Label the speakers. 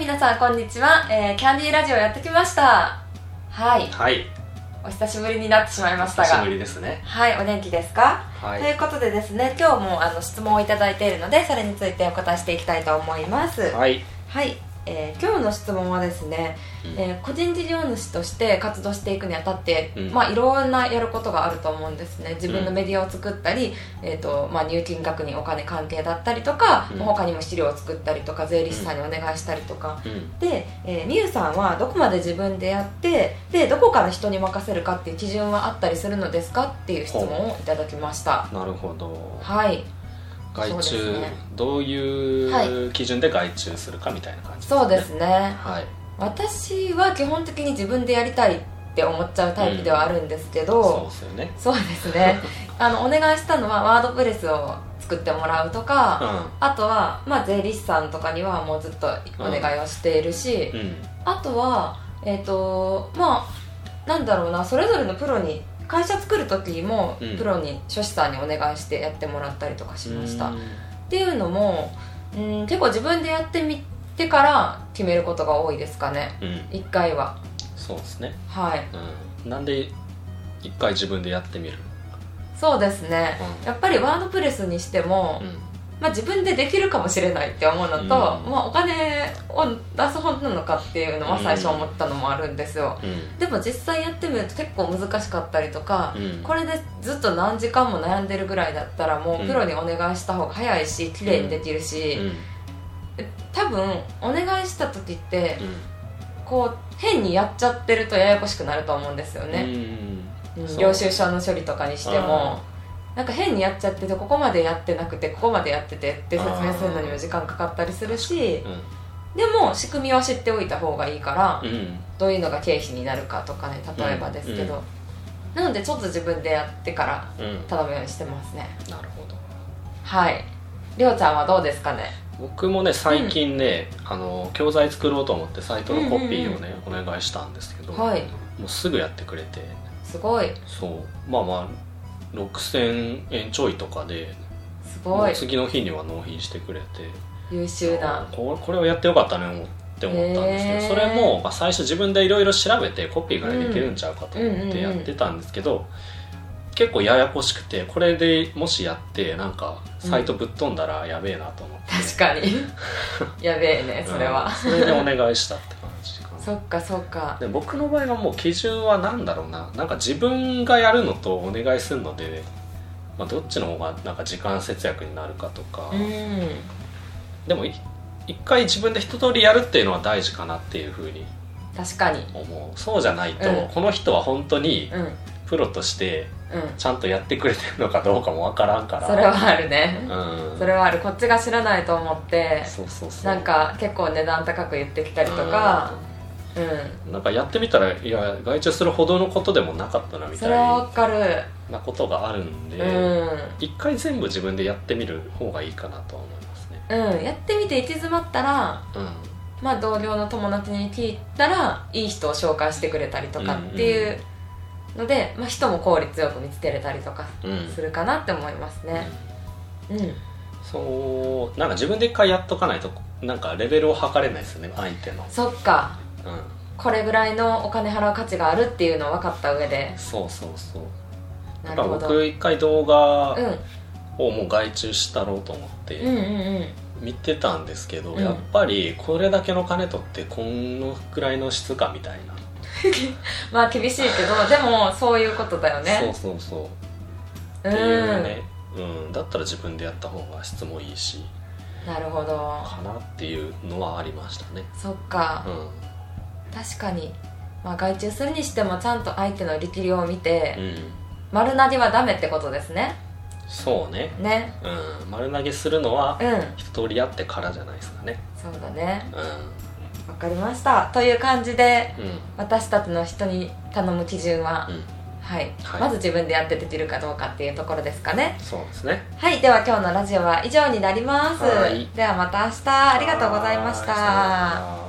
Speaker 1: 皆さんこんにちは、えーキャンディーラジオやってきましたはい
Speaker 2: はい
Speaker 1: お久しぶりになってしまいました
Speaker 2: 久し
Speaker 1: が
Speaker 2: ぶりですね
Speaker 1: はいお元気ですか、
Speaker 2: は
Speaker 1: ということでですね今日もあの質問をいただいているのでそれについてお答えしていきたいと思いますはい、
Speaker 2: はい
Speaker 1: えー今日の質問はですね、
Speaker 2: うん
Speaker 1: えー個人事業主として活動していくにあたって、
Speaker 2: うん
Speaker 1: まあいろんなやることがあると思うんですね自分のメディアを作ったり、えーとまあ、入金額にお金関係だったりとか、
Speaker 2: うん
Speaker 1: 他にも資料を作ったりとか税理士さんにお願いしたりとか、
Speaker 2: うん
Speaker 1: で、えー、みゆさんはどこまで自分でやってでどこから人に任せるかっていう基準はあったりするのですかっていう質問をいただきました
Speaker 2: なるほど
Speaker 1: はい
Speaker 2: 外
Speaker 1: そうです
Speaker 2: 注、
Speaker 1: ね
Speaker 2: どう
Speaker 1: は
Speaker 2: いう基準で外注するかみたいな感じ
Speaker 1: そうですね
Speaker 2: はい
Speaker 1: 私は基本的に自分でやりたいって思っちゃうタイプではあるんですけど、
Speaker 2: そうですよね
Speaker 1: そうですねあのお願いしたのはワードプレスを作ってもらうとか、あとは、まあ、税理士さんとかにはもうずっとお願いをしているし、
Speaker 2: うんうん
Speaker 1: あとはえっ、とまあなんだろうなそれぞれのプロに会社作る時も、
Speaker 2: うん
Speaker 1: プロに書士さんにお願いしてやってもらったりとかしました、
Speaker 2: う
Speaker 1: っ
Speaker 2: ん
Speaker 1: ていうのもうん結構自分でやってみてから決めることが多いですかね
Speaker 2: うん
Speaker 1: 1回は
Speaker 2: そうですね
Speaker 1: はい
Speaker 2: うんなんで一回自分でやってみる
Speaker 1: そうですね
Speaker 2: うん
Speaker 1: やっぱりワードプレスにしても、
Speaker 2: う
Speaker 1: まあ、自分でできるかもしれないって思うのと、
Speaker 2: うん
Speaker 1: まあ、お金を出す本なのかっていうのは最初思ったのもあるんですよ、
Speaker 2: ん
Speaker 1: でも実際やってみると結構難しかったりとか、
Speaker 2: うんうん
Speaker 1: これでずっと何時間も悩んでるぐらいだったらもうプロにお願いした方が早いし綺麗にできるし、
Speaker 2: うん
Speaker 1: 多分お願いした時って
Speaker 2: うん
Speaker 1: こう変にやっちゃってるとややこしくなると思うんですよ
Speaker 2: う
Speaker 1: ね、
Speaker 2: ん
Speaker 1: うん
Speaker 2: そう
Speaker 1: 領収書の処理とかにしてもなんか変にやっちゃっててここまでやってなくてここまでやっててって説明するのにも時間かかったりするし
Speaker 2: うん
Speaker 1: でも仕組みは知っておいた方がいいから、
Speaker 2: うん
Speaker 1: どういうのが経費になるかとかね例えばですけど、
Speaker 2: うん
Speaker 1: なのでちょっと自分でやってから
Speaker 2: うん
Speaker 1: 頼むようにしてますね
Speaker 2: なるほど
Speaker 1: はいりょうちゃんはどうですかね
Speaker 2: 僕もね最近ね、あの教材作ろうと思ってサイトのコピーをね、お願いしたんですけど、
Speaker 1: はい
Speaker 2: もうすぐやってくれて
Speaker 1: すごい
Speaker 2: そうまあまあ6000円ちょいとかですも
Speaker 1: ご
Speaker 2: う
Speaker 1: い
Speaker 2: 次の日には納品してくれて
Speaker 1: 優秀な
Speaker 2: これこれをやってよかったね思って思ったんですけ
Speaker 1: へ
Speaker 2: ど
Speaker 1: ー
Speaker 2: それも、まあ、最初自分でいろいろ調べてコピーができるんちゃうかと
Speaker 1: うん
Speaker 2: 思
Speaker 1: うんう
Speaker 2: っ
Speaker 1: んう
Speaker 2: て
Speaker 1: ん
Speaker 2: やってたんですけど、結構ややこしくてこれでもしやってなんかサイトぶっ飛んだらやべえなと思って、
Speaker 1: 確かに やべえねそれ
Speaker 2: うん
Speaker 1: は、
Speaker 2: それでお願いしたって感じかな
Speaker 1: そっかそっか
Speaker 2: で僕の場合はもう基準は何だろうななんか自分がやるのとお願いするので、まあ、どっちの方がなんか時間節約になるかとか、
Speaker 1: うん
Speaker 2: でもい一回自分で一通りやるっていうのは大事かなっていうふうに
Speaker 1: 確かに
Speaker 2: 思うそうじゃないと、
Speaker 1: うん
Speaker 2: この人は本当に
Speaker 1: うんうん
Speaker 2: プロとしてちゃんとやってくれてるのかどうかもわからんから
Speaker 1: それはあるね
Speaker 2: うん
Speaker 1: それはあるこっちが知らないと思って
Speaker 2: そうそうそう
Speaker 1: なんか結構値段高く言ってきたりとかう
Speaker 2: うんなんかやってみたらいや外注するほどのことでもなかったなみ
Speaker 1: ん
Speaker 2: た
Speaker 1: そ
Speaker 2: い
Speaker 1: れは
Speaker 2: な
Speaker 1: わかる
Speaker 2: ことがあるんで、
Speaker 1: うん
Speaker 2: 一回全部自分でやってみる方がいいかなとは思いますね
Speaker 1: うん、やってみて行き詰まったら、
Speaker 2: う
Speaker 1: まあ、同僚の友達に聞いたらいい人を紹介してくれたりとかっていうので、まあ、人も効率よく見つけれたりとか
Speaker 2: んうん、
Speaker 1: するかなって思いますねうん、
Speaker 2: そうなんか自分で一回やっとかないとなんかレベルを測れないですよね相手の、
Speaker 1: そっか
Speaker 2: う
Speaker 1: これぐらいのお金払う価値があるっていうのを分かった上で
Speaker 2: ん、そうそうそう
Speaker 1: なる
Speaker 2: だから
Speaker 1: ほど、
Speaker 2: 僕一回動画
Speaker 1: うん、
Speaker 2: をもう外注したろうと思って、
Speaker 1: うんうん
Speaker 2: 見てたんですけど、
Speaker 1: うん
Speaker 2: やっぱりこれだけの金取ってこのくらいの質かみたいな、
Speaker 1: まあ厳しいけどでもそういうことだよ
Speaker 2: そう
Speaker 1: ね
Speaker 2: そうそう
Speaker 1: う
Speaker 2: っていうね
Speaker 1: ん、
Speaker 2: うんだったら自分でやった方が質もいいし
Speaker 1: なるほど
Speaker 2: かなっていうのはありましたね
Speaker 1: そっか、
Speaker 2: うん
Speaker 1: 確かに、まあ、外注するにしてもちゃんと相手の力量を見て、
Speaker 2: うん
Speaker 1: 丸投げはダメってことですね
Speaker 2: そうね、
Speaker 1: ね
Speaker 2: うん、丸投げするのは
Speaker 1: うん
Speaker 2: 一通りやってからじゃないですかね
Speaker 1: そうだね
Speaker 2: う
Speaker 1: わかりましたという感じで
Speaker 2: んうん
Speaker 1: 私たちの人に頼む基準は、
Speaker 2: うん
Speaker 1: はい、
Speaker 2: はい
Speaker 1: まず自分でやってできるかどうかっていうところですかね
Speaker 2: そうですね
Speaker 1: はいでは今日のラジオは以上になります
Speaker 2: はい
Speaker 1: ではまた明日ありがとうございました
Speaker 2: はーいさようなら